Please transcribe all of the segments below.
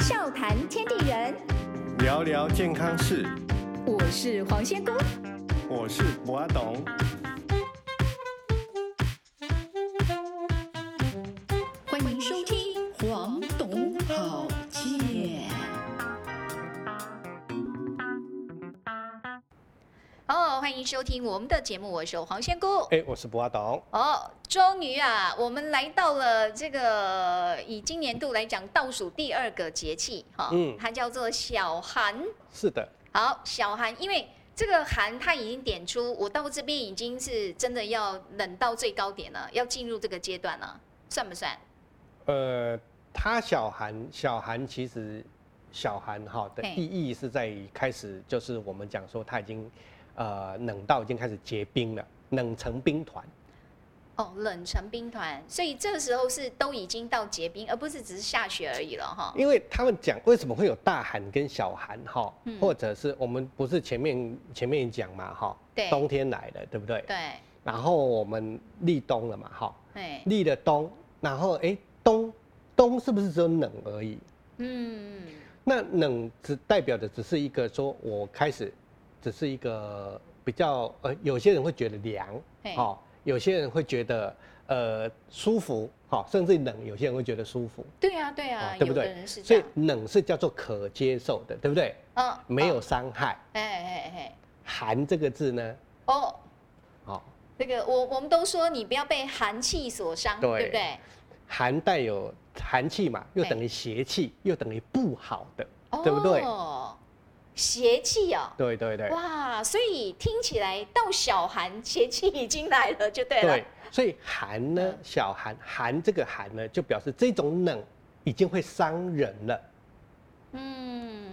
笑谈天地人，聊聊健康事，我是黄仙姑。我是博阿董。欢迎收听《黄董好见》。哦，欢迎收听我们的节目，我是黄仙姑。哎，我是博阿董。哦，终于啊，我们来到了这个以今年度来讲倒数第二个节气哈，嗯它叫做小寒。是的，好，小寒，因为这个寒它已经点出，我到这边已经是真的要冷到最高点了，要进入这个阶段了，算不算？呃，它小寒，小寒其实小寒哈的嘿意义是在于开始，就是我们讲说它已经呃冷到已经开始结冰了，冷成冰团。哦，冷成冰团，所以这个时候是都已经到结冰，而不是只是下雪而已了哈。因为他们讲为什么会有大寒跟小寒哈，嗯或者是我们不是前面前面讲嘛哈对，冬天来了，对不对？对，然后我们立冬了嘛哈，哎，立了冬，然后哎冬冬是不是只有冷而已？嗯，那冷只代表的只是一个说我开始，只是一个比较呃，有些人会觉得凉嘿，哦，有些人会觉得呃舒服，好、甚至冷，有些人会觉得舒服，对啊，对啊，哦对不对有的人是这所以样，冷是叫做可接受的，对不对？嗯，没哦，有伤害。哎哎哎，寒这个字呢，哦，哦，这个我我们都说你不要被寒气所伤，对对不对？寒带有寒气嘛，又嘿等于邪气，又等于不好的，对不对？哦，邪气哦，对对对。哇，所以听起来到小寒邪气已经来了，就对了。对，所以寒呢嗯，小寒，寒这个寒呢，就表示这种冷已经会伤人了，嗯，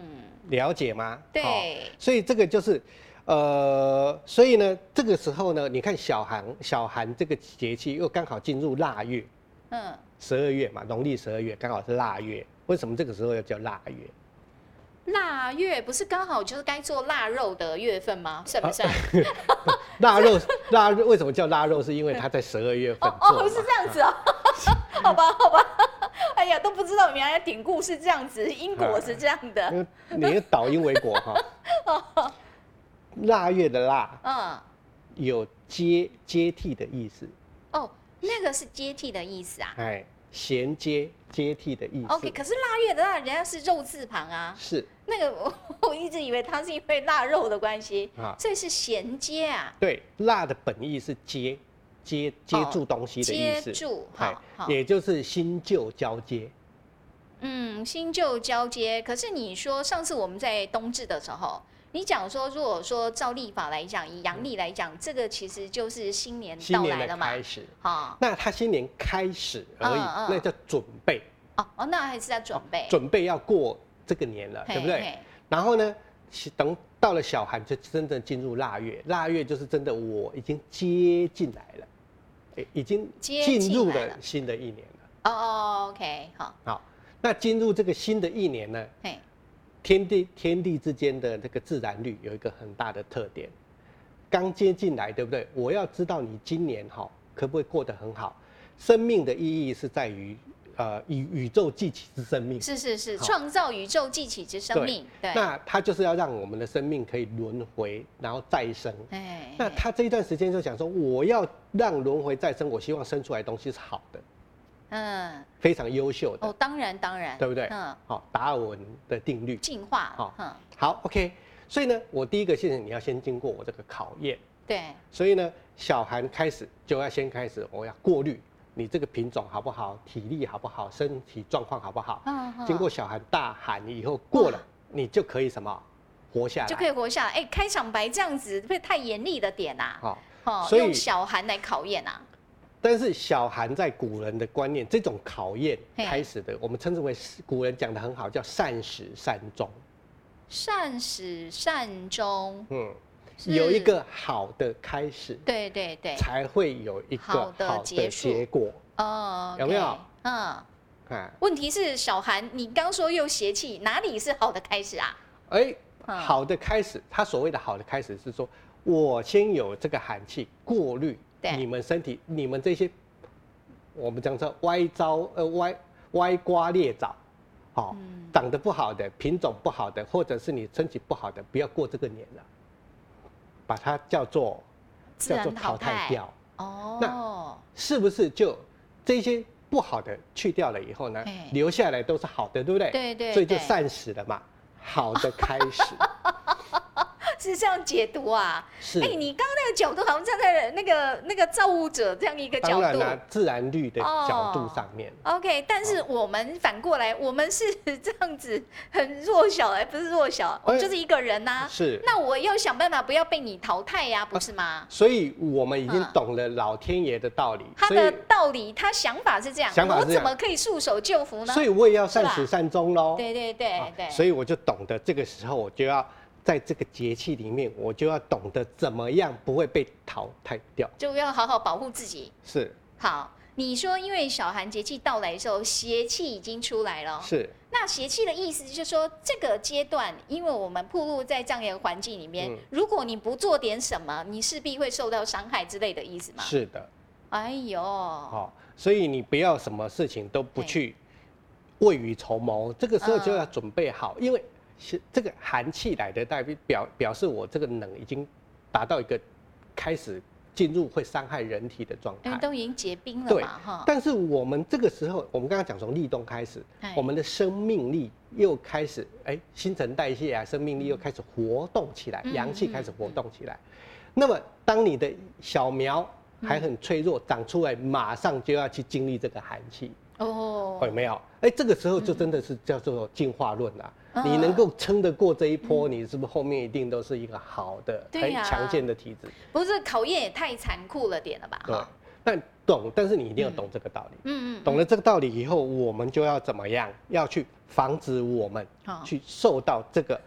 了解吗？好对，所以这个就是，呃，所以呢，这个时候呢，你看小寒，小寒这个节气又刚好进入腊月，嗯，十二月嘛，农历十二月刚好是腊月，为什么这个时候要叫腊月？腊月不是刚好就是该做腊肉的月份吗？算啊不算？腊肉，腊肉为什么叫腊肉？是因为它在十二月份哦做嘛哦，是这样子哦， 好吧好吧，哎呀，都不知道原来典故是这样子，因果哎是这样哦的，因为你倒因为果哈， 腊月的腊嗯，有接接替的意思，哦，那个是接替的意思啊。哎，衔接接替的意思。 OK，可是腊月的腊，人家是肉字旁啊，是那个 我我一直以为它是因为腊肉的关系，啊，所以是衔接啊。对，腊的本意是接接接哦住东西的意接思，住，哎好好，也就是新旧交接。嗯，新旧交接。可是你说上次我们在冬至的时候，你讲说，如果说照历法来讲，以阳历来讲，这个其实就是新年嗯新到来年了的嘛，开始，好，那他新年开始而已，嗯嗯那叫准备，哦哦，那还是在准备，啊准备要过这个年了，对不对？嘿？然后呢，是等到了小寒，就真正进入腊月。腊月就是真的，我已经接进来了，诶已经接进进入来了了新的一年了。嘿哦哦，OK，好，好，那进入这个新的一年呢，嘿，天地天地之间的这个自然律有一个很大的特点，刚接进来，对不对？我要知道你今年哈、可不可以过得很好。生命的意义是在于，呃，宇宇宙记起之生命。是是是，嗯好创造宇宙记起之生对命，对，那它就是要让我们的生命可以轮回，然后再生。哎，那他这一段时间就想说，我要让轮回再生，我希望生出来的东西是好的，嗯，非常优秀的，哦，当然当然，对不对嗯，好、达尔文的定律。进化，好嗯，好，OK。所以呢，我第一个现在你要先经过我这个考验，对，所以呢，小寒开始就要先开始，我要过滤你这个品种好不好，体力好不好，身体状况好不好。嗯，嗯经过小寒、大寒以后过了哇，你就可以什么活下来，啊就可以活下来。哎、开场白这样子会不会太严厉的点啊？好、哦，所以用小寒来考验啊。但是小寒在古人的观念，这种考验嘿开始的，我们称之为古人讲的很好，叫善始善终。善始善终，嗯，是有一个好的开始，对对对，才会有一个好好的的结束结果哦，有没有？嗯，啊。问题是小寒，你刚说又邪气，哪里是好的开始啊？哎，嗯好的开始，他所谓的好的开始是说，我先有这个寒气过滤对你们身体，你们这些我们讲说歪糟呃歪歪瓜裂枣，好、嗯长得不好的、品种不好的，或者是你身体不好的，不要过这个年了，把它叫做自叫做然淘淘汰汰。掉，哦，是不是就这些不好的去掉了以后呢哎，留下来都是好的，对不对？对对所以就对善始了嘛，好的开始 是这样解读啊？是。哎、你刚刚那个角度好像站在那个那个造物者这样一个角当然度。啦、自然律的角度上面， OK，但是我们反过来，我们是 这样子很弱小，哎，不是弱小，我们就是一个人呐、是。那我要想办法不要被你淘汰呀、不是吗？所以我们已经嗯懂了老天爷的道理，他所的以道理，他想法是这样，想法我是这怎样么可以束手就缚呢？所以我也要是善吧始善终喽。对对对对，啊所以我就懂得这个时候，我就要在这个节气里面，我就要懂得怎么样不会被淘汰掉。就要好好保护自己。是好，你说因为小寒节气到来的时候，邪气已经出来了。是那邪气的意思就是说，这个阶段，因为我们暴露在这样一个环境里面，嗯如果你不做点什么，你势必会受到伤害之类的意思嘛。是的，哎呦，哦，所以你不要什么事情都不嘿去未雨绸缪，这个时候就要嗯准备好，因为是这个寒气来的代表表表示我这个冷已经达到一个开始进入会伤害人体的状因为态。哎都已经结冰了对嘛，哈。但是我们这个时候，我们刚刚讲从立冬开始哎，我们的生命力又开始，哎，新陈代谢啊，生命力又开始活动起来，嗯阳气开始活动起来。那么，当你的小苗还很脆弱，长出来马上就要去经历这个寒气，哦有，没有？哎，这个时候就真的是叫做进化论啦、嗯你能够撑得过这一波，你是不是后面一定都是一个好的、对很呀强健的体质？不是考验也太残酷了点了吧？对哈，。但懂，但是你一定要懂这个道理。嗯嗯，懂了这个道理以后，我们就要怎么样？要去防止我们好去受到这个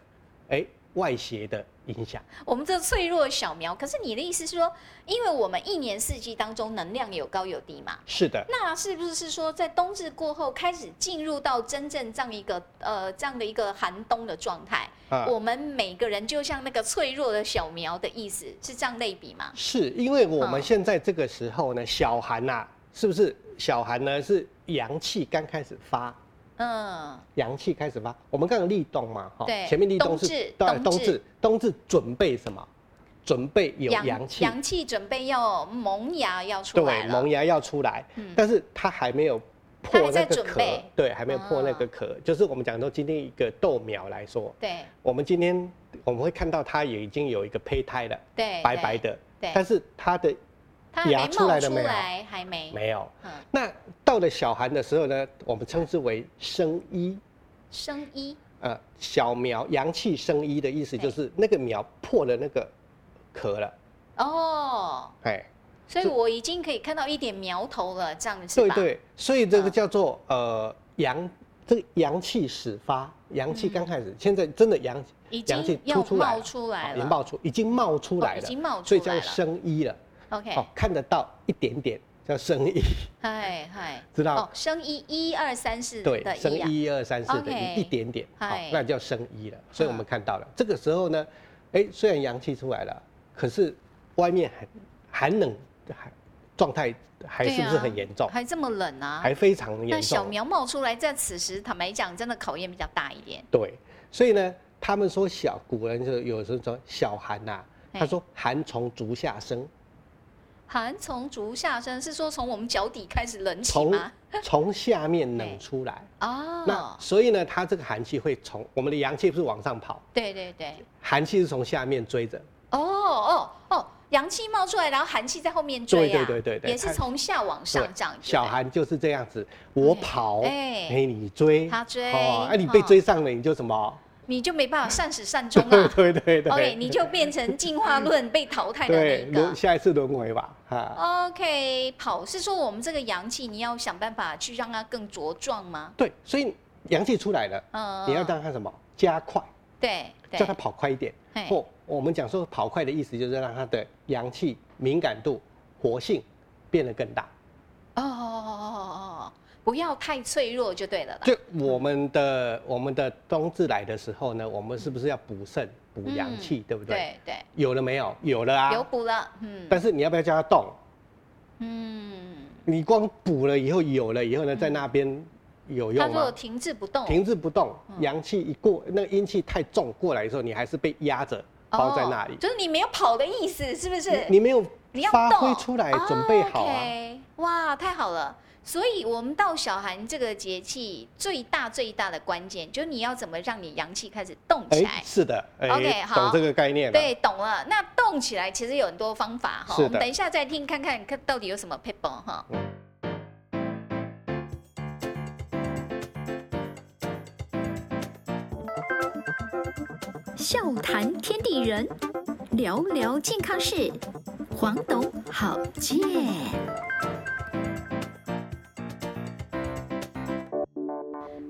哎、外邪的影响。我们这脆弱的小苗，可是你的意思是说，因为我们一年四季当中能量有高有低嘛，是的，那是不是说在冬至过后开始进入到真正这样一个呃这样的一个寒冬的状态？啊我们每个人就像那个脆弱的小苗的意思，是这样类比吗？是因为我好们现在这个时候呢，小寒呐、是不是小寒呢？是阳气刚开始发，嗯，阳气开始发。我们刚刚立冬嘛，哈对前面立冬冬至是对冬冬至至，冬至准备什么？准备有阳气，阳气准备要萌芽要出来对，了，萌芽要出来，嗯但是它还没有它破还在那个准壳备，对，还没有破那个啊壳。就是我们讲说今天一个豆苗来说，对我们今天我们会看到它也已经有一个胚胎了，哎对，白白的，对，但是它的它还没芽冒出来了没有来，还没，没有。嗯，那到了小寒的时候呢，我们称之为生衣，生一，呃，小苗阳气生衣的意思对就是那个苗破了那个壳了，哦，哎，所以我已经可以看到一点苗头了，这样是对吧？对，所以这个嗯叫做、呃阳，这个阳气始发，阳气嗯刚开始，现在真的阳已阳气经要突出来冒了，出来已了，经冒出，已经冒出来哦已了，经冒所出以来叫了。生衣了， OK，哦，看得到一点点叫生衣，嗨嗨，知道哦，生一一二三四对，的生一啊，一二三四的 OK 一一点点，好嗨，那叫生衣了，所以我们嗯看到了，这个时候呢，哎，虽然阳气出来了，可是外面寒寒冷还状态还对是不是啊很严重？还这么冷啊？还非常严重。那小苗冒出来，在此时坦白讲，真的考验比较大一点。对，所以呢，他们说小古人就有时候说小寒呐、嘿他说寒从足下生，寒从足下生，是说从我们脚底开始冷起从吗？ 从下面嘿冷出来。那哦，所以呢，它这个寒气会从我们的阳气不是往上跑，对对对，寒气是从下面追着。哦哦哦，阳气冒出来，然后寒气在后面追啊，对对对对对也是它从下往上对这样子。小寒就是这样子，我跑，哎哎，你追，他追哎，你被哦追上了，你就什么？你就没办法善始善终 对啊。对对 OK，对，你就变成进化论被淘汰的那对一个哦轮。下一次轮回吧，哈， OK，跑是说我们这个阳气，你要想办法去让它更茁壮吗？对，所以阳气出来了，嗯，你要让它什么？加快，对对叫它跑快一点。嘿或我们讲说跑快的意思，就是让它的阳气敏感度、活性变得更大。哦哦哦哦哦，哦不要太脆弱就对了啦。就我们的我们的冬至来的时候呢，我们是不是要补肾、补阳气，对不嗯对？对对，有了没有？有了有啊。补了，嗯但是你要不要叫它动？嗯，你光补了以后，有了以后呢，在那边有它嗯用如果吗？停滞不嗯动，停滞不动，阳气一过，那个阴气太重过来的时候，你还是被压着包在那里。哦就是你没有跑的意思，是不是？你你没有你要发挥动出来啊，准备好啊。 OK，哇，太好了！所以我们到小寒这个节气，最大最大的关键就是你要怎么让你阳气开始动起来。是的，哎、 OK，好懂这个概念了。对，懂了。那动起来其实有很多方法哈，是的我们等一下再听看看，看到底有什么 paper 哈。笑谈天地人，聊聊健康事，黄董好健。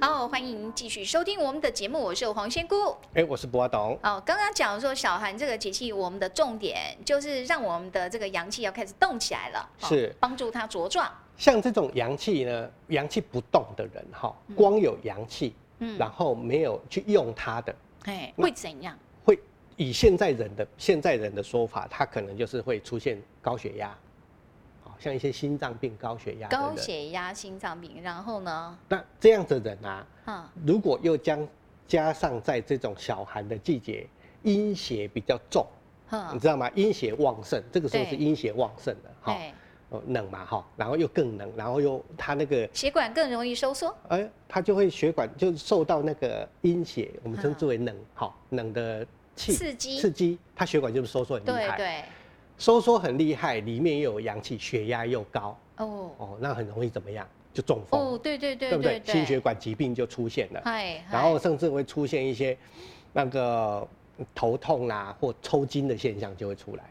好，欢迎继续收听我们的节目，我是黄仙姑。哎、我是博董。哦，刚刚讲说小寒这个节气，我们的重点就是让我们的这个阳气要开始动起来了，哦是帮助它茁壮。像这种阳气呢，阳气不动的人哈，光有阳气，嗯，然后没有去用它的，哎，会怎样？会以现在人的现在人的说法，他可能就是会出现高血压，好像一些心脏病、高血压的人。高血压、心脏病，然后呢？那这样的人啊，嗯，如果又将加上在这种小寒的季节，阴邪比较重，你哼，知道吗？阴邪旺盛，这个时候是嗯对阴邪旺盛的哈，哎，哦冷嘛哈，然后又更冷，然后又他那个血管更容易收缩。哎，它就会血管就受到那个阴血，我们称之为冷，好、冷的气嗯刺激刺激，它血管就收缩很厉对害，对，收缩很厉害，里面又有阳气，血压又高，哦哦，那很容易怎么样？就中风，哦，对对对对不对对？心血，管疾病就出现了，嗨，然后甚至会出现一些那个头痛啦、或抽筋的现象就会出来了。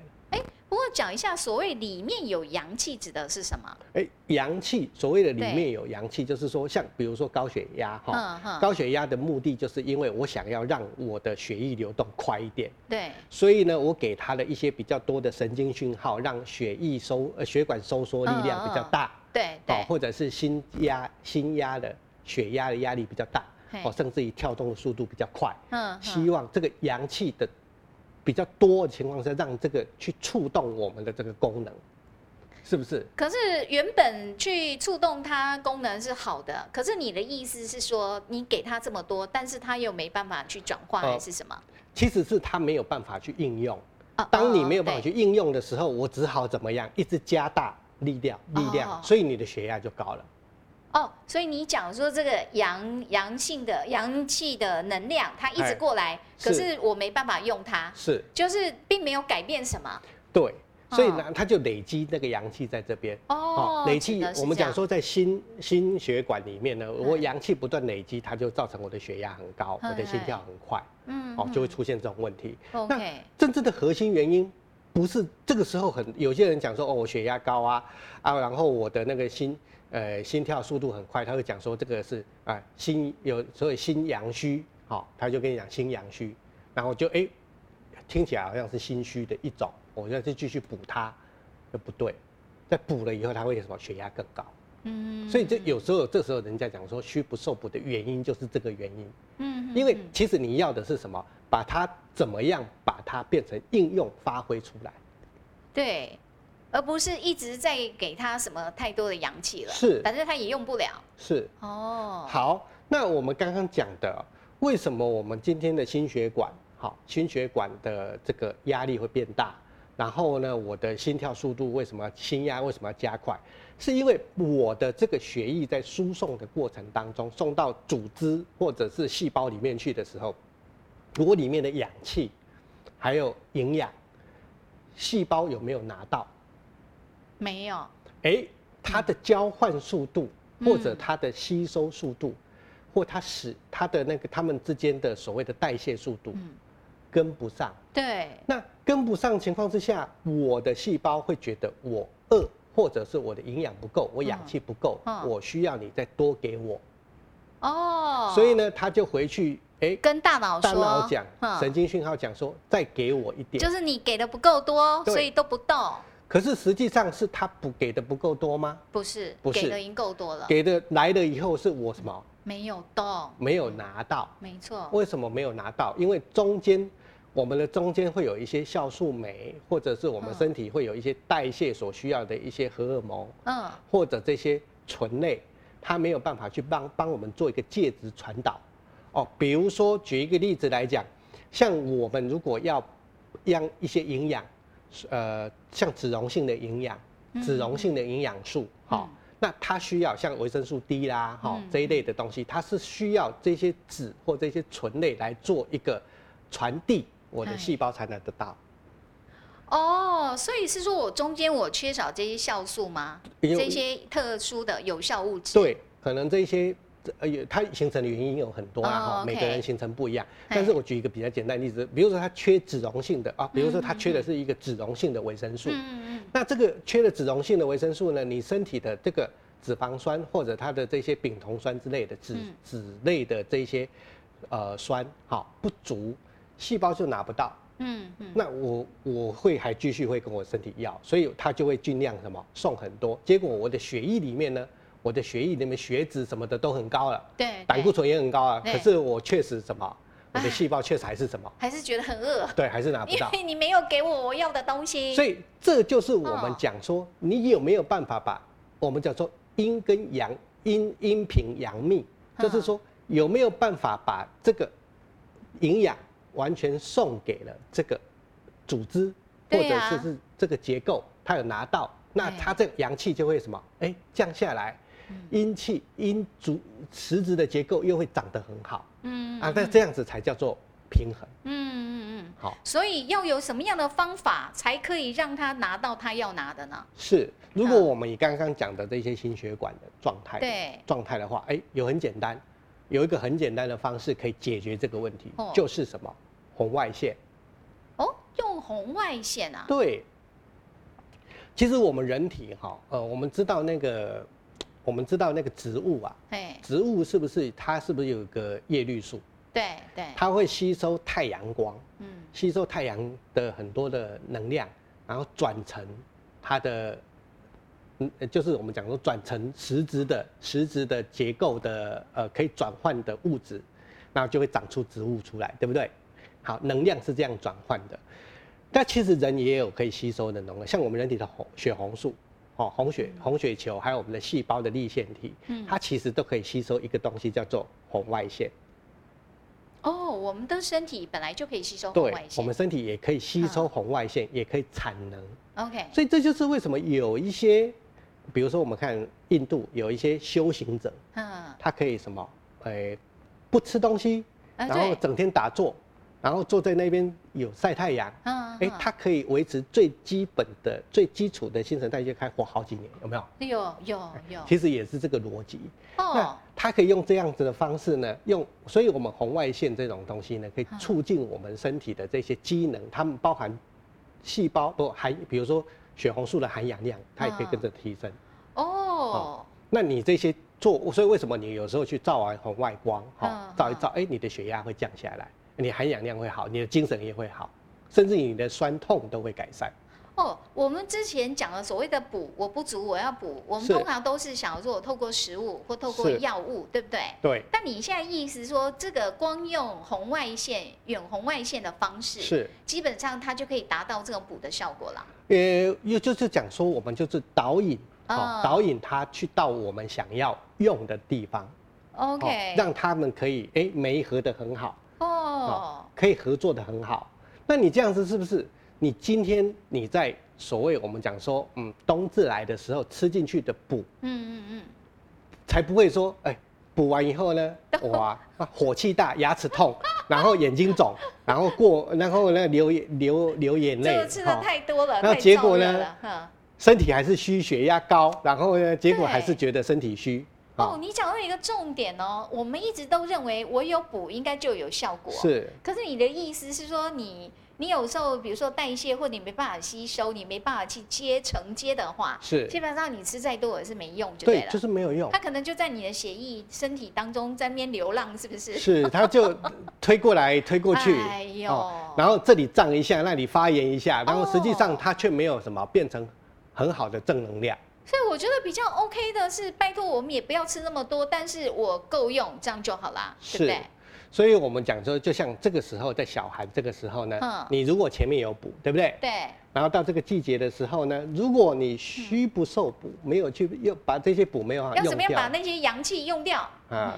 不过讲一下，所谓里面有阳气指的是什么？哎，阳气所谓的里对面有阳气，就是说像比如说高血压哈。嗯哼，高血压的目的就是因为我想要让我的血液流动快一点，对，所以呢，我给他了一些比较多的神经讯号，让血液收呃血管收缩力嗯量比较大，对哦，对，或者是心压心压的血压的压力比较大，嘿哦，甚至于跳动的速度比较快，嗯希望这个阳气的比较多的情况下，让这个去触动我们的这个功能，是不是？可是原本去触动它功能是好的，可是你的意思是说，你给它这么多，但是它又没办法去转化，呃还是什么？其实是它没有办法去应用。啊当你没有办法，哦去应用的时候，我只好怎么样，一直加大力量，力哦量，所以你的血压就高了。对哦，所以你讲说这个阳阳性的阳气的能量，它一直哎过来，是可是我没办法用它，是，就是并没有改变什么对，所以哦呢，它就累积那个阳气在这边。哦。累指积的，是我们这讲样，说在心心血管里面呢，我嗯阳气不断累积，它就造成我的血压很高，嗯我的心跳很快，嗯哦，就会出现这种问题。嗯 OK，真正的核心原因不是这个时候很有些人讲说哦，我血压高啊啊，然后我的那个心呃心跳速度很快，他会讲说这个是啊、心有所以心阳虚，好、他就跟你讲心阳虚，然后就哎、听起来好像是心虚的一种，我要去继续补它，就不对，再补了以后他会什么血压更高，嗯所以这有时候这时候人家讲说虚不受补的原因就是这个原因。嗯因为其实你要的是什么？把它怎么样把它变成应用发挥出来？对，而不是一直在给它什么太多的阳气了，是反正它也用不了是哦。好。那我们刚刚讲的，为什么我们今天的心血管好，心血管的这个压力会变大？然后呢，我的心跳速度为什么心压为什么要加快？是因为我的这个血液在输送的过程当中，送到组织或者是细胞里面去的时候，我里面的氧气还有营养，细胞有没有拿到？没有，哎，它的交换速度，或者嗯它的吸收速度，或它使它的那个它们之间的所谓的代谢速度嗯，跟不上。对，那跟不上的情况之下，我的细胞会觉得我饿，或者是我的营养不够，我氧嗯气不够，嗯我需要你再多给我。哦，所以呢，它就回去哎，跟大脑大说，脑讲嗯神经讯号讲说再给我一点就。是你给的不够多，对所以都不动，可是实际上是它不给的不够多吗？不是，不是给的已经够多了，给的来了以后是我什么没有动，没有拿到？没错，为什么没有拿到？因为中间我们的中间会有一些酵素酶，或者是我们嗯身体会有一些代谢所需要的一些荷尔蒙，嗯，或者这些醇类，它没有办法去帮帮我们做一个介质传导。哦，比如说举一个例子来讲，像我们如果要让一些营养，呃，像脂溶性的营养、脂溶性的营养素，哈、嗯那它需要像维生素 D 啦，哈、嗯这一类的东西，它是需要这些脂或这些醇类来做一个传递，我哎的细胞才能得到。哦，所以是说我中间我缺少这些酵素吗？因为这些特殊的有效物质？，对，可能这些呃，有它形成的原因有很多啦，哈、哦每个 OK 人形成不一样。嘿但是我举一个比较简单的例子，比如说它缺脂溶性的啊，比如说它缺的是一个脂溶性的维生素，嗯嗯那这个缺了脂溶性的维生素呢，你身体的这个脂肪酸或者它的这些丙酮酸之类的脂嗯脂类的这些呃酸，好、不足，细胞就拿不到。嗯嗯嗯，那我我会还继续会跟我身体要，所以它就会尽量什么送很多，结果我的血液里面呢，我的血液里面血脂什么的都很高了，对，胆固对醇也很高啊，对啊可是我确实什么，我的细胞确实还是什么，还是觉得很饿，对，还是拿不因到。为你没有给我我要的东西。所以这就是我们哦讲说，你有没有办法把我们叫做阴跟阳，阴阴平阳密，嗯就是说有没有办法把这个营养完全送给了这个组织，或对者啊是是这个结构，它有拿到，那对它这个阳气就会什么？哎，降下来，嗯阴气阴足实质的结构又会长得很好嗯啊，那嗯这样子才叫做平衡。嗯嗯嗯，好，所以要有什么样的方法才可以让他拿到他要拿的呢？是，如果嗯我们以刚刚讲的这些心血管的状态，对状态的话，哎、有很简单，有一个很简单的方式可以解决这个问题，哦就是什么红外线。哦，用红外线啊，对，其实我们人体哈，呃，我们知道那个，我们知道那个植物啊，哎，植物是不是它是不是有一个叶绿素？对对，它会吸收太阳光，嗯吸收太阳的很多的能量，然后转成它的，嗯，呃就是我们讲说转成实质的实质的结构的呃可以转换的物质，然后就会长出植物出来，对不对？好，能量是这样转换的。但其实人也有可以吸收的能量，像我们人体的红血红素，哦，红血红血球，还有我们的细胞的粒线体，嗯，它其实都可以吸收一个东西叫做红外线。哦，我们的身体本来就可以吸收红对外，线，我们身体也可以吸收嗯红外线，也可以产能。 OK，所以这就是为什么有一些，比如说我们看印度有一些修行者，嗯，他可以什么，诶、不吃东西，哎然后对，整天打坐，然后坐在那边有晒太阳，嗯，哎、嗯他可以维持最基本的、最基础的新陈代谢，开活好几年，有没有？有有有，其实也是这个逻辑。那哦，它可以用这样子的方式呢，用，所以我们红外线这种东西呢，可以嗯促进我们身体的这些机能，它们包含细胞不含，比如说血红素的含氧量，它也可以跟着提升。哦，那你这些做，所以为什么你有时候去照完红外光，哈、嗯照一照，哎、你的血压会降下来，你含氧量会好，你的精神也会好，甚至你的酸痛都会改善。哦，我们之前讲的所谓的补，我不足，我要补，我们是通常都是想说，我透过食物或透过是药物，对不对？对，但你现在意思说，这个光用红外线、远红外线的方式，是。基本上它就可以达到这种补的效果啦。呃，又就是讲说，我们就是导引，哦嗯，导引他去到我们想要用的地方哦 OK，让他们可以哎媒合的很好，哦，可以合作的很好。那你这样子是不是？你今天你在所谓我们讲说，嗯，冬至来的时候吃进去的补，嗯嗯嗯，才不会说，哎，补完以后呢，哇，啊火气大，牙齿痛，然后眼睛肿，然后过，然后呢流眼流流 眼这泪个，吃的哦太多了，然后太结燥果热呢了？哈身体还是虚，血压高，然后呢，结果还是觉得身体虚啊、哦，你讲到一个重点哦，我们一直都认为我有补啊应该就有效果，是可是你的意思是说你，你有时候比如说代谢或你没办法吸收，你没办法去接承接的话，是基本上你吃再多也是没用，就对对了。，就是没有用它，可能就在你的血液、身体当中在那边流浪，是不是？ 是他就推过来推过去，哦哎呦，然后这里胀一下，那里发炎一下，然后实际哦上它却没有什么变成很好的正能量，所以我觉得比较 OK 的是，拜托我们也不要吃那么多，但是我够用，这样就好啦，对不是对？所以我们讲说，就像这个时候在小寒这个时候呢，嗯你如果前面有补，对不对？对，然后到这个季节的时候呢，如果你虚不受补，没有去用把这些补没有办法要用怎么样掉把那些阳气用掉？啊，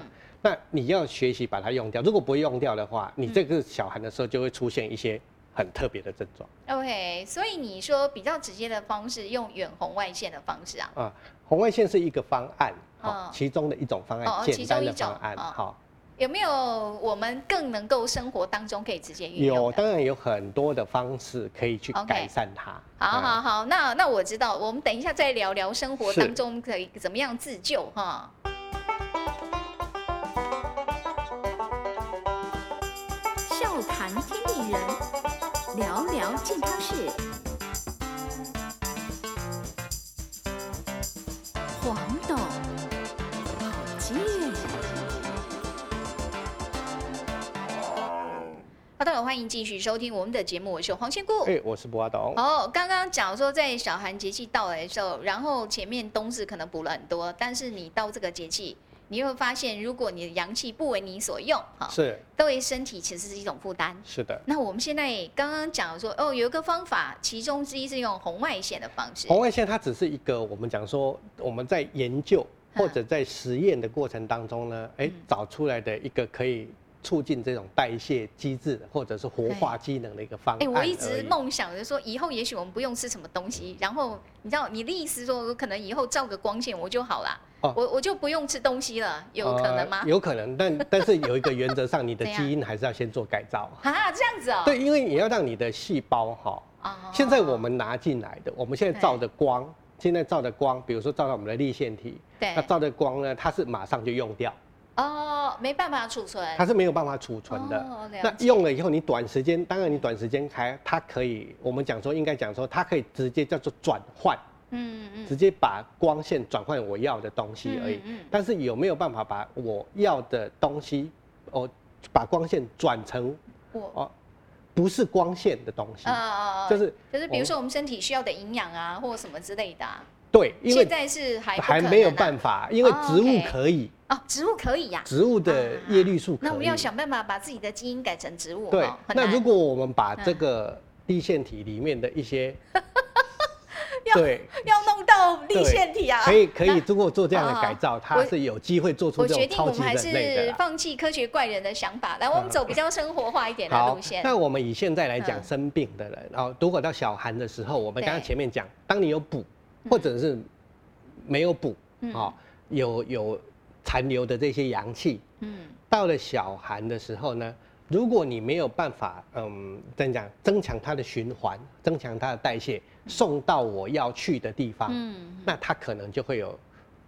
嗯那你要学习把它用掉。如果不用掉的话，嗯你这个小寒的时候就会出现一些很特别的症状 OK，所以你说比较直接的方式，用远红外线的方式啊，啊。红外线是一个方案，嗯好，其中的一种方哦案，其简中单一的种方案，哦好。有没有我们更能够生活当中可以直接运有，用的？当然有很多的方式可以去 OK 改善它。好啊好好，那那我知道，我们等一下再聊聊生活是当中可以怎么样自救哈。笑谈天地人，聊聊健康事。黄董，好见。好的，欢迎继续收听我们的节目，我是黄仙姑。哎、我是博阿董。哦，刚刚讲说在小寒节气到来的时候，然后前面冬至可能补了很多，但是你到这个节气，你会发现，如果你的阳气不为你所用，哈，是对身体其实是一种负担。是的，那我们现在刚刚讲说，哦，有一个方法，其中之一是用红外线的方式。红外线它只是一个我们讲说我们在研究嗯或者在实验的过程当中呢，哎、嗯找出来的一个可以促进这种代谢机制或者是活化机能的一个方案哎、而已。我一直梦想着说，以哦后也许我们不用吃什么东西，然后你知道你的意思说，我可能以后照个光线我就好啦，哦我我就不用吃东西了，有可能吗呃？有可能， 但但是有一个原则上，你的怎样基因还是要先做改造。啊，这样子哦、对，因为你要让你的细胞哈，哦现在我们拿进来的，我们现在照的光，现在照的光，比如说照到我们的立线体，对那照的光呢，它是马上就用掉，哦，没办法储存，它是没有办法储存的。哦、了那解用了以后，你短时间，当然你短时间还它可以，我们讲说应该讲说，它可以直接叫做转换，嗯嗯直接把光线转换我要的东西而已。嗯嗯嗯但是有没有办法把我要的东西，哦，把光线转成我哦，不是光线的东西，呃呃呃就是就是比如我说我们身体需要的营养啊，或什么之类的、啊，对，因为现在是还不还可没有能啊办法，因为哦植物 OK 可以，哦，植物可以呀、植物的叶绿素可以。哦那我们要想办法把自己的基因改成植物。对哦，很那难嗯如果我们把这个立腺体里面的一些 要对要弄到立对腺体啊，可以可那以，。通过做这样的改造，我它是有机会做出我这决种定我们超级还人类的是啦。嗯放弃科学怪人的想法，来，我们走比较生活化一点的好路线，。那我们以现在来讲嗯生病的人，然后如果到小寒的时候，我们刚刚对前面讲，当你有补或者是没有补嗯哦，有有残留的这些阳气，嗯，到了小寒的时候呢，如果你没有办法，嗯，怎样讲增强它的循环，增强它的代谢，送到我要去的地方，嗯那它可能就会有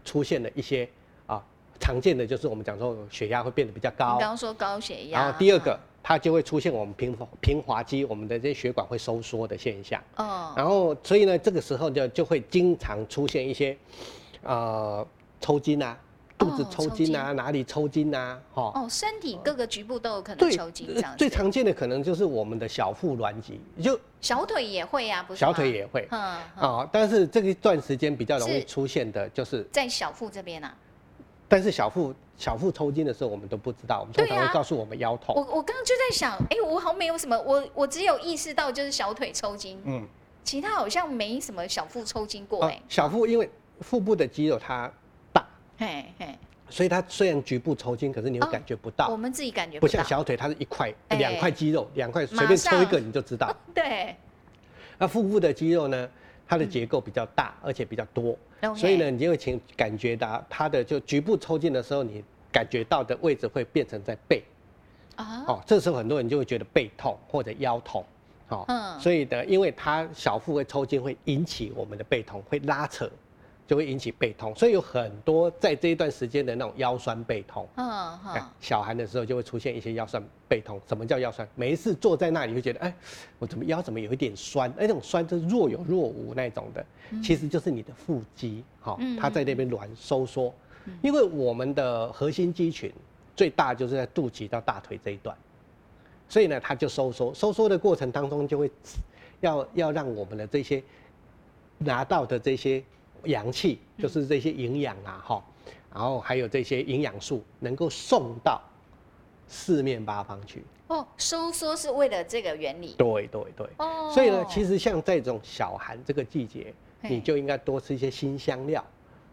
出现了一些啊，常见的就是我们讲说血压会变得比较你高刚，刚说高血压，然后第二嗯个，它就会出现我们平平滑肌，我们的这些血管会收缩的现象。哦，然后所以呢，这个时候就就会经常出现一些，呃，抽筋啊，肚子哦抽抽筋啊，哪里抽筋啊，哈、哦，身体各个局部都有可能嗯对抽筋这样呃子，最常见的可能就是我们的小腹挛急，就小腿也会啊，不是小吗腿也会啊、嗯，嗯但是这一段时间比较容易是出现的就是，在小腹这边啊，但是小腹小腹抽筋的时候我们都不知道，我们通对常啊会告诉我们腰痛。我我刚刚就在想，哎，我好像没有什么，我我只有意识到就是小腿抽筋，嗯，其他好像没什么小腹抽筋过啊哎、小腹因为腹部的肌肉它大，嘿嘿，所以它虽然局部抽筋，可是你会哦感觉不到。我们自己感觉不到像小腿，它是一块、哎两块肌肉，两块随马便上抽一个你就知道。对，那腹部的肌肉呢，它的结构比较大，嗯而且比较多， OK 所以呢，你就会请感觉到它的就局部抽筋的时候，你感觉到的位置会变成在背啊，哦。这时候很多人就会觉得背痛或者腰痛。哦，嗯所以呢，因为它小腹会抽筋，会引起我们的背痛，会拉扯，就会引起背痛，所以有很多在这一段时间的那种腰酸背痛。嗯哎哼，小寒的时候就会出现一些腰酸背痛。什么叫腰酸？每一次坐在那里就觉得，哎，我怎么腰怎么有一点酸？哎，那种酸就是若有若无那种的，其实就是你的腹肌，哈、嗯它在那边挛收缩。因为我们的核心肌群最大就是在肚脐到大腿这一段，所以呢，它就收缩。收缩的过程当中，就会要要让我们的这些拿到的这些阳气，嗯就是这些营养啊，哈，然后还有这些营养素能够送到四面八方去。哦，收缩是为了这个原理。对对对。哦，所以呢，其实像这种小寒这个季节，嘿你就应该多吃一些新香料，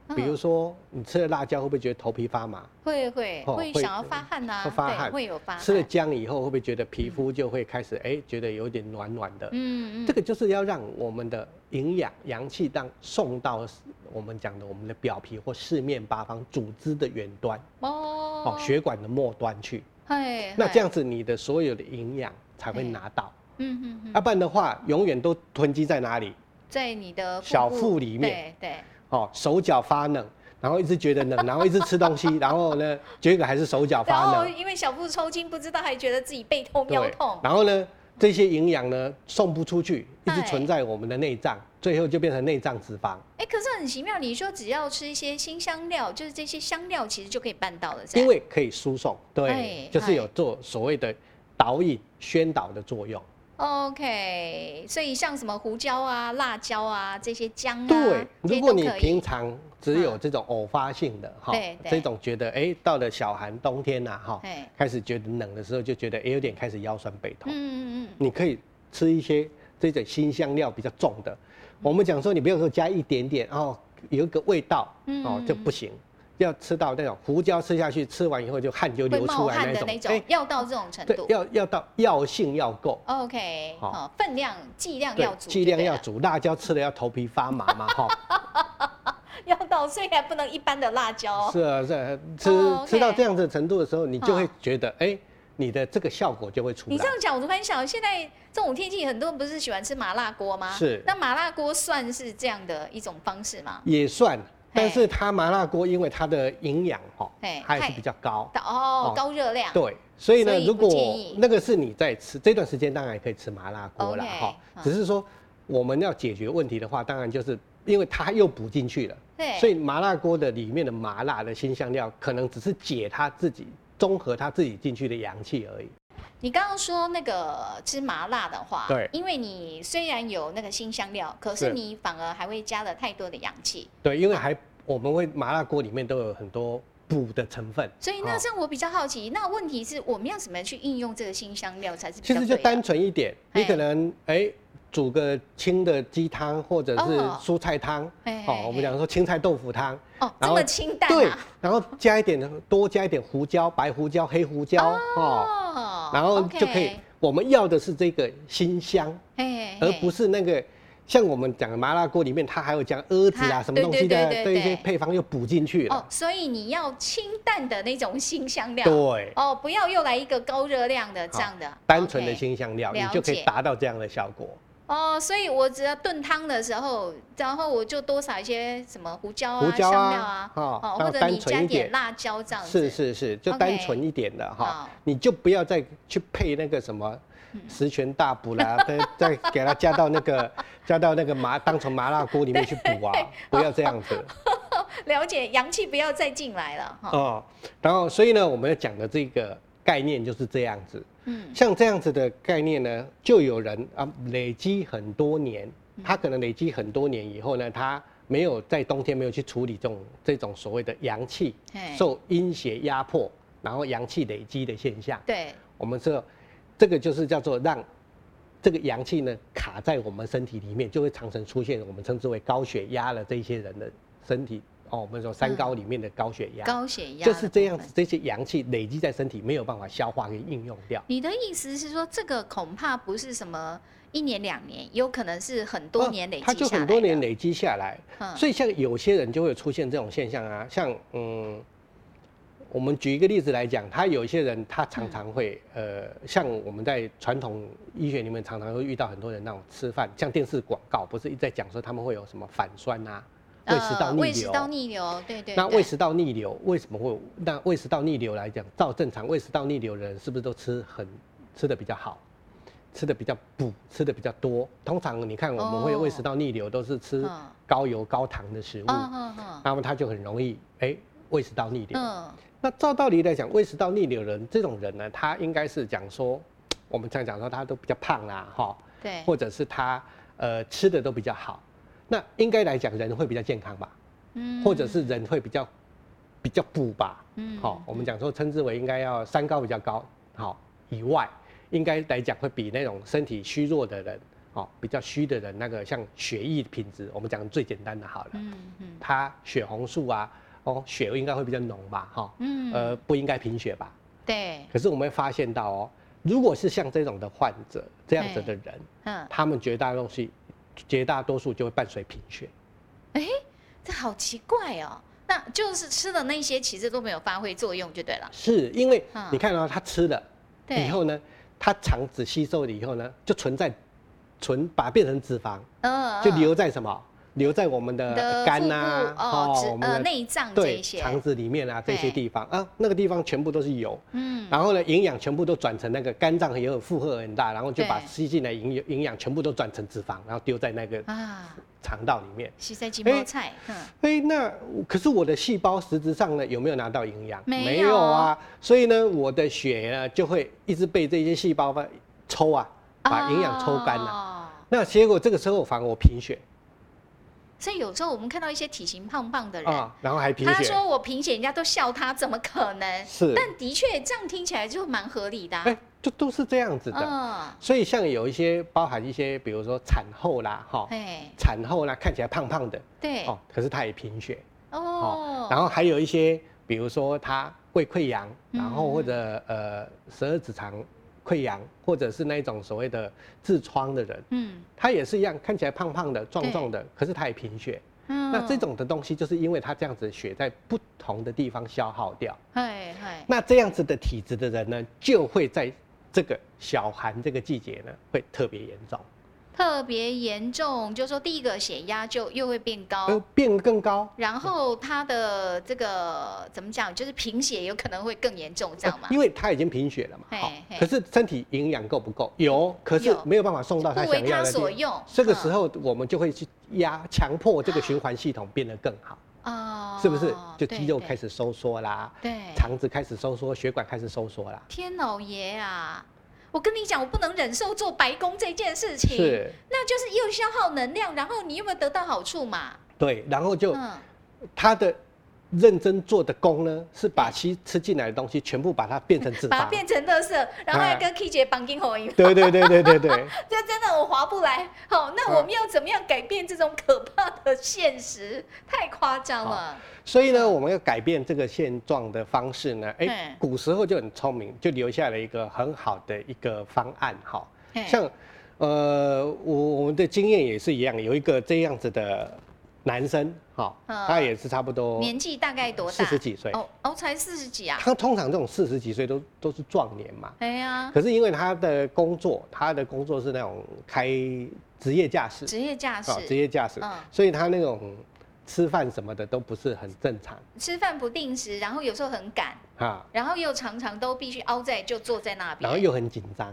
嗯比如说你吃了辣椒会不会觉得头皮发麻？会会哦会会想要发汗呐、会发对汗会有发汗。吃了姜以后会不会觉得皮肤就会开始哎、觉得有点暖暖的？嗯嗯嗯，这个就是要让我们的营养阳气当送到我们讲的我们的表皮或四面八方组织的远端哦哦，血管的末端去。嘿，那嘿这，样子你的所有的营养才会嘿拿到，哎嗯嗯嗯，要不然的话永远都囤积在哪里？在你的小腹里面，对对，哦，手脚发冷，然后一直觉得 冷，然后一直吃东西，然后呢，结果还是手脚然发后冷，哦因为小腹抽筋，不知道还觉得自己背痛、腰对痛，然后呢，这些营养呢送不出去，一哎直存在我们的内脏，最后就变成内脏脂肪。哎、可是很奇妙，你说只要吃一些新香料，就是这些香料其实就可以办到了，因为为可以输送，哎对，就是有哎做所谓的导引宣导的作用。 OK，所以像什么胡椒啊、辣椒啊这些姜啊，对，这如些果都你可以嗯平常只有这种偶发性的哈对，对这种觉得哎到了小寒冬天呐哈哎，开始觉得冷的时候，就觉得哎有点开始腰酸背痛，嗯嗯嗯，你可以吃一些这种新香料比较重的。嗯我们讲说你不要说加一点点哦，有一个味道哦嗯就不行。要吃到那种胡椒吃下去，吃完以后就汗嗯就会流冒出来汗那的种，哎那种，要到这种程对度，。要要到药性要够， OK，好好，分量、剂量对要，足，剂量要，足，辣椒吃了要头皮发麻嘛，哈， 要到，所以还不能一般的辣椒 哦。是啊，是啊，吃哦，OK 吃到这样子的程度的时候，你就会嗯觉得，哎，你的这个效果就会出你这来样。讲，我突然想，现在这种天气，很多人不是喜欢吃麻辣锅吗？是那麻辣锅算是这样的一种方式吗？也算，但嘿是它麻辣锅因为它的营养哈嘿，还是太比较高，哦哦，高热量。对，所以所呢，以如不果建议那个是你在吃这段时间，当然也可以吃麻辣锅啦， OK，哈，嗯只是说我们要解决问题的话，当然就是因为它又补进去了。对，所以麻辣锅的里面的麻辣的新香料，可能只是解它自己综合它自己进去的阳气而已。你刚刚说那个吃麻辣的话，对因为你虽然有那个新香料，可是是你反而还会加了太多的氧气，对，因为还我们会麻辣锅里面都有很多补的成分，所以那哦这样我比较好奇，那问题是我们要怎么去应用这个新香料才是比其较实就对的单纯一点，哎你可能哎煮个清的鸡汤或者是哦蔬菜汤，哎哎哦，我们讲说青菜豆腐汤，哦这然后么清淡对啊，，然后加一点多加一点胡椒，白胡椒、黑胡椒哦，哦然后就可以 OK，。我们要的是这个辛香，哎而不是那个像我们讲的麻辣锅里面，它还有讲鸽子它啊什么东对西的对对对这对一些配方又补进去哦了。，所以你要清淡的那种新香料，对，哦，不要又来一个高热量的这样的，单纯的 OK 新香料，了解你就可以达到这样的效果。哦，所以我只要炖汤的时候，然后我就多撒一些什么胡椒啊、胡椒啊香料啊，哦哦，然后或者单你纯加一点点辣椒这样子。是是是，就 OK 单纯一点的哈好，嗯你就不要再去配那个什么十全大补 啦，再再给它加到那个加到那个麻当成麻辣锅里面去 补啊，不要这样子。了解，阳气不要再进来了哈。哦，然后所以呢，我们要讲的这个概念就是这样子。嗯，像这样子的概念呢，就有人啊累积很多年，嗯他可能累积很多年以后呢，他没有在冬天没有去处理这种这种所谓的阳气嘿受阴邪压迫，然后阳气累积的现象。对，我们这这个就是叫做让这个阳气呢卡在我们身体里面，就会常常出现我们称之为高血压了这一些人的身体哦，我们说三高里面的高血嗯压，高血压就是这的样部子分。，这些阳气累积在身体没有办法消化跟应用掉。你的意思是说，这个恐怕不是什么一年两年，有可能是很多哦年累积下它来的。就很多年累积下来，嗯所以像有些人就会出现这种现象啊，像嗯，我们举一个例子来讲，他有一些人他常常会、呃，像我们在传统医学里面常常会遇到很多人那种吃饭，像电视广告不是一直在讲说他们会有什么反酸啊、胃食道呃逆胃食流。道逆流，对对。那对胃食道逆流为什么会有？那胃食道逆流来讲，照正常胃食道逆流的人是不是都吃很吃的比较好，吃的比较补，吃的比较多？通常你看我们会哦胃食道逆流都是吃嗯高油高糖的食物，嗯嗯嗯那么他就很容易哎胃食道逆流。嗯，那照道理来讲，胃食道逆流的人这种人呢，他应该是讲说，我们常讲说他都比较胖啦、哈，对。或者是他呃吃的都比较好，那应该来讲人会比较健康吧？嗯或者是人会比较比较补吧。嗯好、我们讲说称之为应该要三高比较高，好、以外，应该来讲会比那种身体虚弱的人，好、比较虚的人，那个像血液品质，我们讲最简单的好了，嗯嗯他血红素啊，哦，血应该会比较浓吧，哈、嗯，呃，不应该贫血吧？对，可是我们会发现到哦，如果是像这种的患者，这样子的人，嗯，他们绝大多数，绝大多数就会伴随贫血。这好奇怪哦。那就是吃的那些其实都没有发挥作用，就对了。是因为嗯你看到、他吃了对以后呢，他肠子吸收了以后呢，就存在存把它变成脂肪，嗯，就嗯留在什么？留在我们你的的肝腹啊，部哦，我脂们呃的内脏这对一些，肠子里面啊这些对地方啊，那个地方全部都是油，嗯，然后呢，营养全部都转成那个肝脏也有负荷很大，然后就把对吸进来营养营养全部都转成脂肪，然后丢在那个啊，肠道里面。西塞金哎菠菜，嗯，哎、那可是我的细胞实质上呢有没有拿到营养？没有啊，所以呢，我的血呢就会一直被这些细胞把抽啊，把营养抽干了、哦那结果这个时候反而我贫血所以有时候我们看到一些体型胖胖的人，啊，然后还贫他血，说我贫血，人家都笑他，怎么可能？是，但的确这样听起来就蛮合理的、啊哎、。就都是这样子的。嗯，所以像有一些包含一些，比如说产后啦，哈、哎，产后啦看起来胖胖的，对，哦，可是他也贫血，哎哦，然后后还有一些，比如说他胃溃疡，然后或嗯者呃十二指肠溃疡，或者是那一种所谓的痔疮的人，嗯他也是一样，看起来胖胖的、壮对壮的，可是他也贫血。嗯那这，种的东西，就是因为他这样子血在不同的地方消耗掉。哎哎，那这样子的体质的人呢，就会在这个小寒这个季节呢，会特别严重，特别严重，就说第一个血压就又会变高。而变得更高。然后他的这个怎么讲，就是贫血有可能会更严重，这样吗呃？因为他已经贫血了嘛，嘿好嘿，可是身体营养够不够？有，可是有没有办法送到他不想为要他的地所方。用。这个嗯时候我们就会去压，强迫这个循环系统变得更好，哦，是不是？就肌肉对开始收缩啦，对，肠子开始收缩，血管开始收缩啦。天老爷啊！我跟你讲，我不能忍受做白工这件事情，是，那就是又消耗能量，然后你有没有得到好处嘛？对。然后就嗯，他的认真做的功呢，是把吸吃进来的东西全部把它变成脂把它肪。变成垃圾，然哎后还跟 K 姐绑定好一样对对对对对对，这真的我划不来。好，那嗯我们要怎么样改变这种可怕的现实？太夸张了。所以呢，我们要改变这个现状的方式呢，哎、嗯古时候就很聪明，就留下了一个很好的一个方案哈。嘿像呃，我我们的经验也是一样，有一个这样子的男生，哈、嗯他也是差不多年纪大概多大？四十几岁，哦哦，才四十几啊！他通常这种四十几岁都都是壮年嘛。哎呀，可是因为他的工作，他的工作是那种开职业驾驶，职业驾啊职驶，业驾驶嗯，所以他那种吃饭什么的都不是很正常吃饭不定时，然后有时候很赶，啊，然后又常常都必须凹在就坐在那边，然后又很紧张，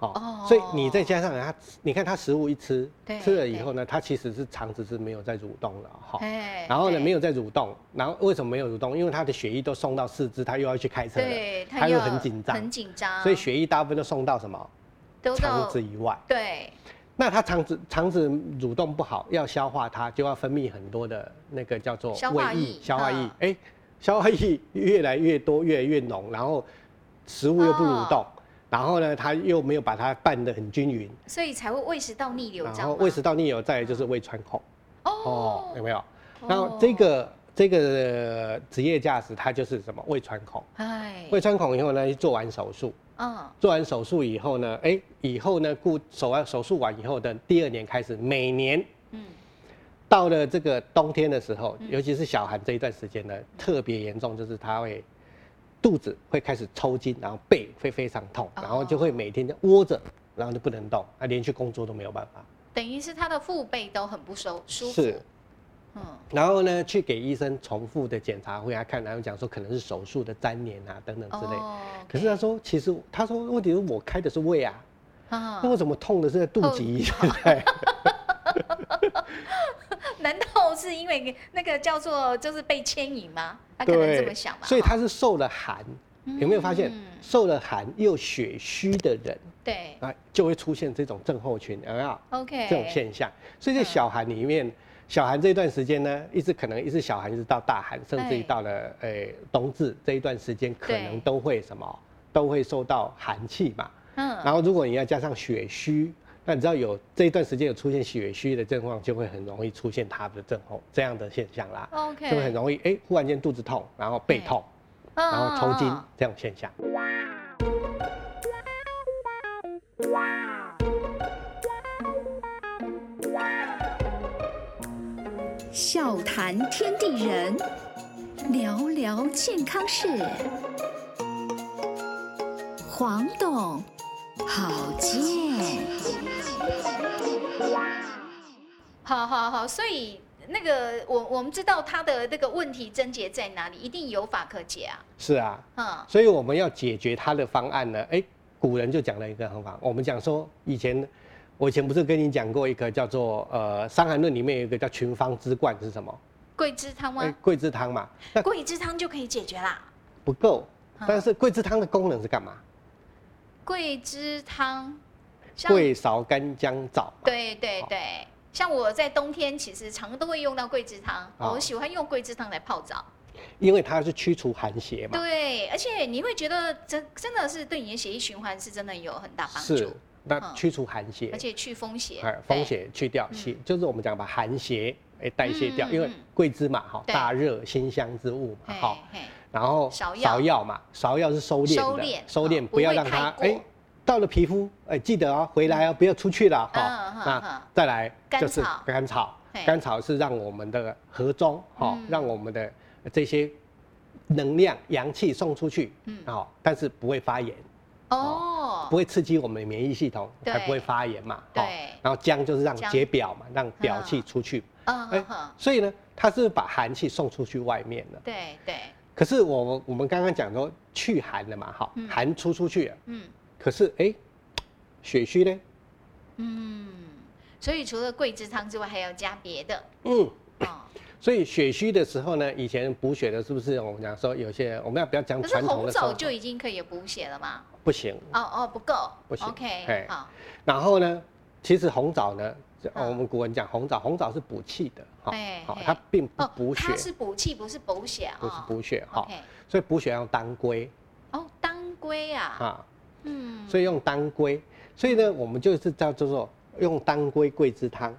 哦哦，所以你再加上他，你看他食物一吃对，吃了以后呢，他其实是肠子是没有在蠕动了哈。哎，然后呢，没有有在蠕动，然后为什么没有蠕动？因为他的血液都送到四肢，他又要去开车了，对，他又要很紧张很紧张，所以血液大部分都送到什么都肠到子以外。对，那他肠子肠子蠕动不好，要消化它就要分泌很多的那个叫做消胃化液液，消化液嗯，哎、消化液越来越多，越来越浓，然后食物又不哦蠕动，然后呢，他又没有把它拌得很均匀，所以才会胃食道逆流，然这样后吗嗯胃食道逆流，再来就是胃穿孔，哦，哦，有没有？然后这个这个职业驾驶，它就是什么胃穿孔，哎，胃穿孔以后呢，做完手术，嗯，做完手术以后呢，哎、以后呢，顾手完手术完以后的第二年开始，每年嗯，到了这个冬天的时候，嗯尤其是小寒这一段时间呢，特别严重，就是他会肚子会开始抽筋，然后背会非常痛，哦然后就会每天就窝着，然后就不能动，啊，连去工作都没有办法。等于是他的腹背都很不舒舒服，是，嗯，然后呢，去给医生重复的检查，回来看，然后讲说可能是手术的粘连啊等等之类。哦可是他说，其实他说问题是我开的是胃啊，啊那为什么痛的是在肚后脐？对不对？难道是因为那个叫做就是被牵引吗？ 他可能这么想吧，所以他是受了寒，有没有发现嗯受了寒又血虚的人对啊，就会出现这种症候群，有没有，OK，这种现象？所以在小寒里面，小寒这段时间呢，一直可能一直小寒一直到大寒，甚至于哎到了诶、冬至这一段时间，可对能都会什么都会受到寒气嘛。然嗯，后如果你要加上血虚，那你知道有这一段时间有出现血虚的症状，就会很容易出现它的症候这样的现象啦， OK，就会很容易哎、忽然间肚子痛，然后背痛，然然后抽筋嗯这种现象。笑谈天地人，聊聊健康事。黄董，好健。好好好，所以那个我我们知道他的那个问题症结在哪里，一定有法可解啊。是啊，嗯，所以我们要解决它的方案呢，哎、古人就讲了一个方法，我们讲说以前。我以前不是跟你讲过一个叫做呃《伤寒论》里面有一个叫群方之冠是什么？桂枝汤哎吗？桂枝汤嘛，那桂枝汤就可以解决啦。不够。嗯但是桂枝汤的功能是干嘛？桂枝汤，像桂芍干姜枣嘛。对对对，像我在冬天其实常都会用到桂枝汤，哦我喜欢用桂枝汤来泡澡。因为它是驱除寒邪嘛，对，而且你会觉得真真的是对你的血液循环是真的有很大帮是助，那嗯驱除寒邪而，且去风邪，哎，对风邪去掉，嗯邪就是我们讲把寒邪哎代谢掉，嗯嗯因为嗯桂枝嘛，哈，对大热辛香之物嘛，嘿哈，嘿然后芍药芍药嘛，芍药是收敛收的敛，收哦敛，不不要会让太它过哎到了皮肤，哎，记得哦，回来哦，不要出去了哈嗯。嗯嗯那再来甘就是草甘草嘿，甘草是让我们的河中哈嗯，让我们的这些能量阳气送出去，嗯哦，但是不会发炎。哦不，会刺激我们的免疫系统，对才不会发炎嘛。对齁然后姜就是让姜解表嘛，让表气出去。嗯哎哼哼，所以呢，它是把寒气送出去外面了。对对，可是我们我们刚刚讲说去寒了嘛，哈嗯，寒出出去了，嗯可是哎、血虚呢？嗯，所以除了桂枝汤之外，还要加别的嗯，哦。所以血虚的时候呢，以前补血的是不是我们讲说有些我们要不要讲可是传统红的时枣候就已经可以补血了吗？不行。哦哦，不够，不行 OK，哎好，然后呢，其实红枣呢，嗯我们古人讲红枣，红枣是补气的，哎好哎，它并不哦，补血它，是补气，不是补血啊。不是补血，哈。 OK，所以补血要用当归哦，当归啊，啊，嗯，所以用当归，所以呢，我们就是叫做做用当归桂枝汤，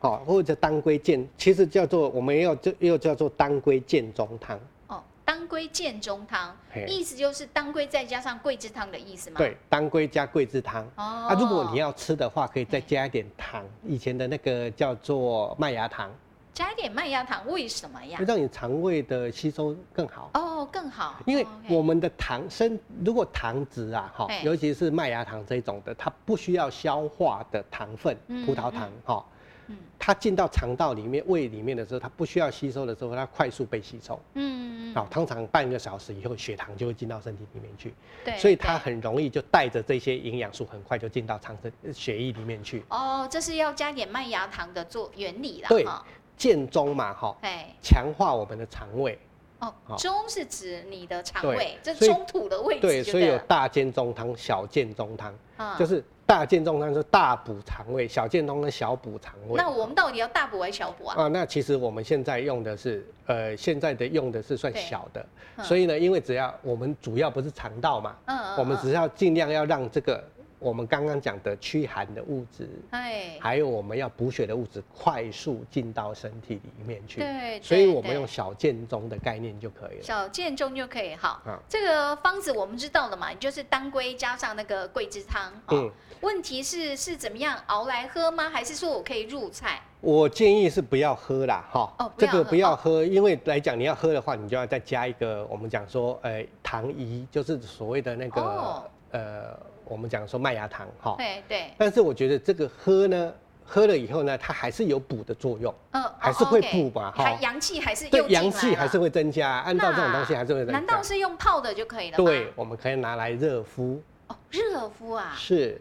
哦，或者当归健，其实叫做我们又就又叫做当归健中汤，哦，当归健中汤，嘿意思就是当归再加上桂枝汤的意思吗？，对，当归加桂枝汤。嗯哦，啊，如果你要吃的话，可以再加一点糖，以前的那个叫做麦芽糖，加一点麦芽糖，为什么呀会？让你肠胃的吸收更好。哦，更好，因为哦，OK 我们的糖身，如果糖质啊，哈哎，尤其是麦芽糖这种的，它不需要消化的糖分嗯，葡萄糖哈，嗯它进到肠道里面、胃里面的时候，它不需要吸收的时候，它快速被吸收。嗯，啊，通常半个小时以后，血糖就会进到身体里面去，对，所以它对很容易就带着这些营养素，很快就进到肠身血液里面去。哦，这是要加点麦芽糖的做原理啦，对哈健中嘛，哈，哎，强化我们的肠胃。哦，好中是指你的肠对胃，这所以中土的位置对，就所以有了大健中汤、小健中汤。嗯就是大健中汤是大补肠胃，小健中呢小补肠胃。那我们到底要大补还是小补啊？啊，那其实我们现在用的是，呃，现在的用的是算对小的，嗯所以呢，因为只要我们主要不是肠道嘛，嗯嗯我们嗯只要尽量要让这个我们刚刚讲的驱寒的物质，哎，还有我们要补血的物质快速进到身体里面去，对，所以对我们对用小健中的概念就可以了。小建中就可以好啊。这个方子我们知道了嘛，你就是当归加上那个桂枝汤。哦嗯，问题是是怎么样熬来喝吗？还是说我可以入菜？我建议是不要喝啦，哈、哦不这要个喝不要喝，因为来讲你要喝的话，你就要再加一个我们讲说，呃，糖饴，就是所谓的那个、哦呃，我们讲说麦芽糖，哈、对对，但是我觉得这个喝呢，喝了以后呢，它还是有补的作用，嗯，哦还是会 OK 补嘛哈还阳气还是对又进阳来气还了是会增加，按照这种东西还是会增加。难道是用泡的就可以了吗？对，，我们可以拿来热敷，哦，热敷啊，是。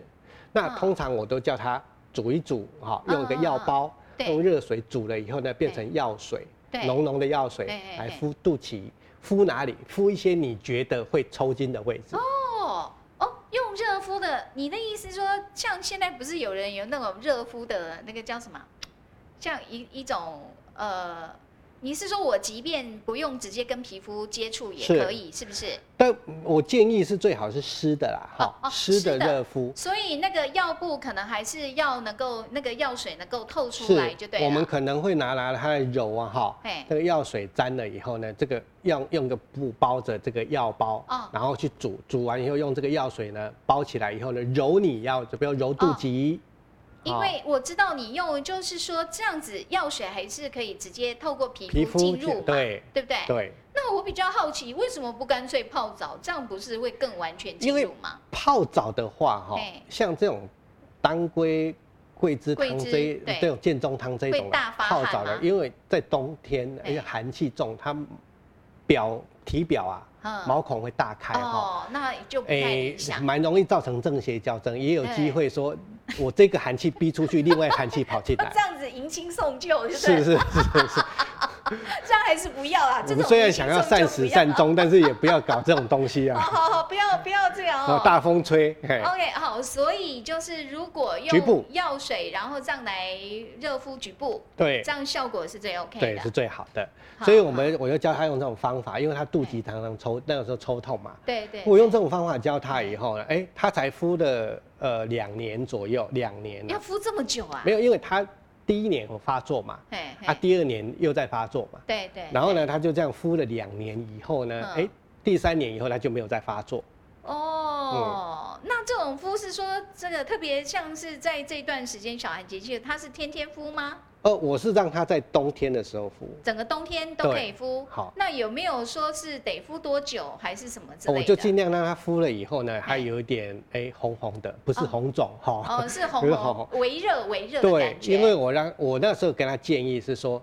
那嗯通常我都叫它煮一煮，哈、用一个嗯嗯药嗯包，对用热水煮了以后呢，变成药水。对，浓浓的药水对对来对敷肚脐，敷哪里？敷一些你觉得会抽筋的位置。哦哦，用热敷的，你的意思说，像现在不是有人有那种热敷的那个叫什么？这样一一种呃，你是说我即便不用直接跟皮肤接触也是可以，是不是？但我建议是最好是湿的啦，哦哦哈，湿湿的的热敷。所以那个药布可能还是要能够那个药水能够透出是来就对，了。我们可能会拿拿它来揉啊，哈嘿，那个药水沾了以后呢，这个用用个布包着这个药包，哦然后去煮，煮完以后用这个药水呢包起来以后呢，揉你要，比如揉肚脐，因哦为我知道你用，就是说这样子药水还是可以直接透过皮皮肤肤进入嘛，对对不对？对，那我比较好奇，为什么不干脆泡澡？这样不是会更完全进因为入吗？泡澡的话哈嘿，像这种当归、桂枝桂汤枝这对这种建中汤这种会的大发泡汗啊澡的吗，因为在冬天，因为寒气重，它表体表啊嗯毛孔会大开哈。哦，那就不太诶理，想。蛮容易造成正邪交争，也有对机 会说，我这个寒气逼出去，另外寒气跑进那 来这，样子迎亲送旧，就是是是是是。这样还是不要啦。我这们种虽然迎亲想要送旧善不始要善啊，终，但是也不要搞这种东西好啊，好好，不要不要这样啊哦。大风吹，嘿， OK，好，所以就是如果局用部药水，然后这样来热敷局部，对这样效果是最 OK 对是的。最好的。好所以我们我就教他用这种方法，因为他肚脐常常抽，那个时候抽痛嘛。对对，我用这种方法教他以后呢，哎，他才敷了呃两年左右，两年要了，敷这么久啊？没有，因为他第一年有发作嘛，嘿，嘿啊，第二年又在发作嘛。对对。然后呢，他就这样敷了两年以后呢，哎、嗯第三年以后他就没有再发作。嗯哦，那这种敷是说这个特别像是在这段时间小寒节气，它是天天敷吗？呃，我是让他在冬天的时候敷，整个冬天都可以对敷。好那有没有说是得敷多久，还是什么之类哦的？我就尽量让他敷了以后呢，还哎有一点哎、红红的，不是哦红肿哈。哦，是不 红是红红微热微热的对感，觉。因为我让我那时候跟他建议是说，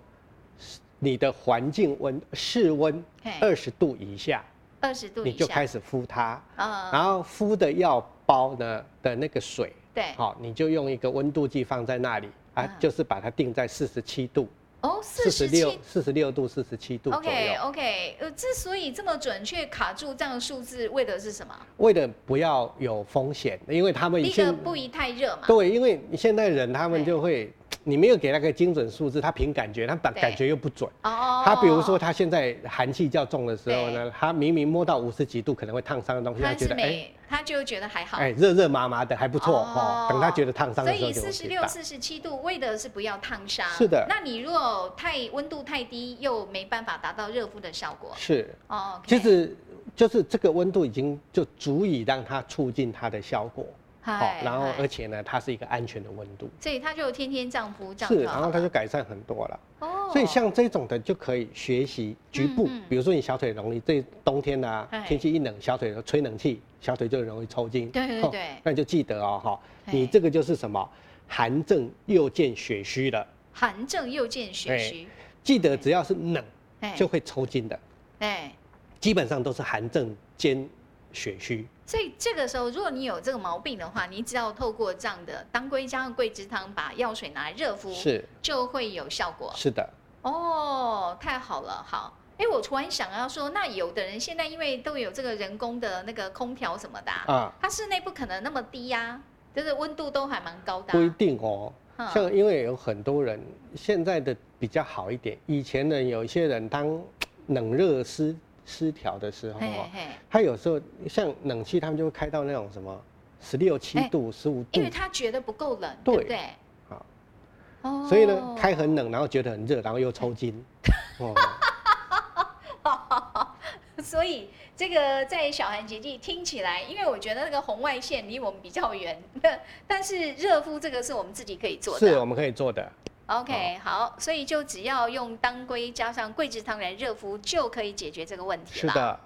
你的环境温室温嘿二十度以下，二十度你以就下，开始敷它，嗯，然后敷的药包呢的那个水，对，好、你就用一个温度计放在那里啊，哎嗯就是把它定在四十七度。哦，四四十十七六、四十六度、四十七度左右。 OK OK，呃，之所以这么准确卡住这样的数字，为的是什么？为了不要有风险，因为他们第一个现不宜太热嘛，对，因为你现代人他们对就会，你没有给他个精准数字，他凭感觉，他感对感觉又不准。哦，他比如说，他现在寒气较重的时候呢，他明明摸到五十几度可能会烫伤的东西，他他觉是得哎没，他就觉得还好，哎热热麻麻的还不错哦。哦等他觉得烫伤所的时候以就四会十知六、道四十七度为的是不要烫伤。是的那你如果太温度太低，又没办法达到热敷的效果。是，哦，OK，其实就是这个温度已经就足以让它促进它的效果。好嗨，然后嗨而且呢，它是一个安全的温度。所以他就天天这样敷，这样是，好然后它就了改善很多了。哦，所以像这种的就可以学习局部，嗯嗯比如说你小腿容易，这冬天啊哎，天气一冷，小腿吹冷气，小腿就容易抽筋。对对哦对那你就记得哦，哈，哎你这个就是什么寒症又见血虚了，寒症又见血虚，记得只要是冷哎哎就会抽筋的，哎，基本上都是寒症兼血虚。所以这个时候，如果你有这个毛病的话，你只要透过这样的当归加上桂枝汤，把药水拿来热敷，是就会有效果。是的，哦，太好了，好。哎，我突然想要说，那有的人现在因为都有这个人工的那个空调什么的、啊，啊，它室内不可能那么低呀、就是温度都还蛮高的、不一啊。定哦。嗯像因为有很多人现在的比较好一点，以前呢有一些人当冷热失失调的时候嘿哦嘿，嘿，他有时候像冷气，他们就会开到那种什么十六七哎度、十五度因为他觉得不够冷，嗯对不对？好，哦所以呢开很冷，然后觉得很热，然后又抽筋。哦， 所以这个在小寒节气听起来，因为我觉得那个红外线离我们比较远， 但是热敷这个是我们自己可以做是哦的。我们可以做的。 OK，好，所以就只要用当归加上桂枝汤来热敷，就可以解决这个问题是了。的，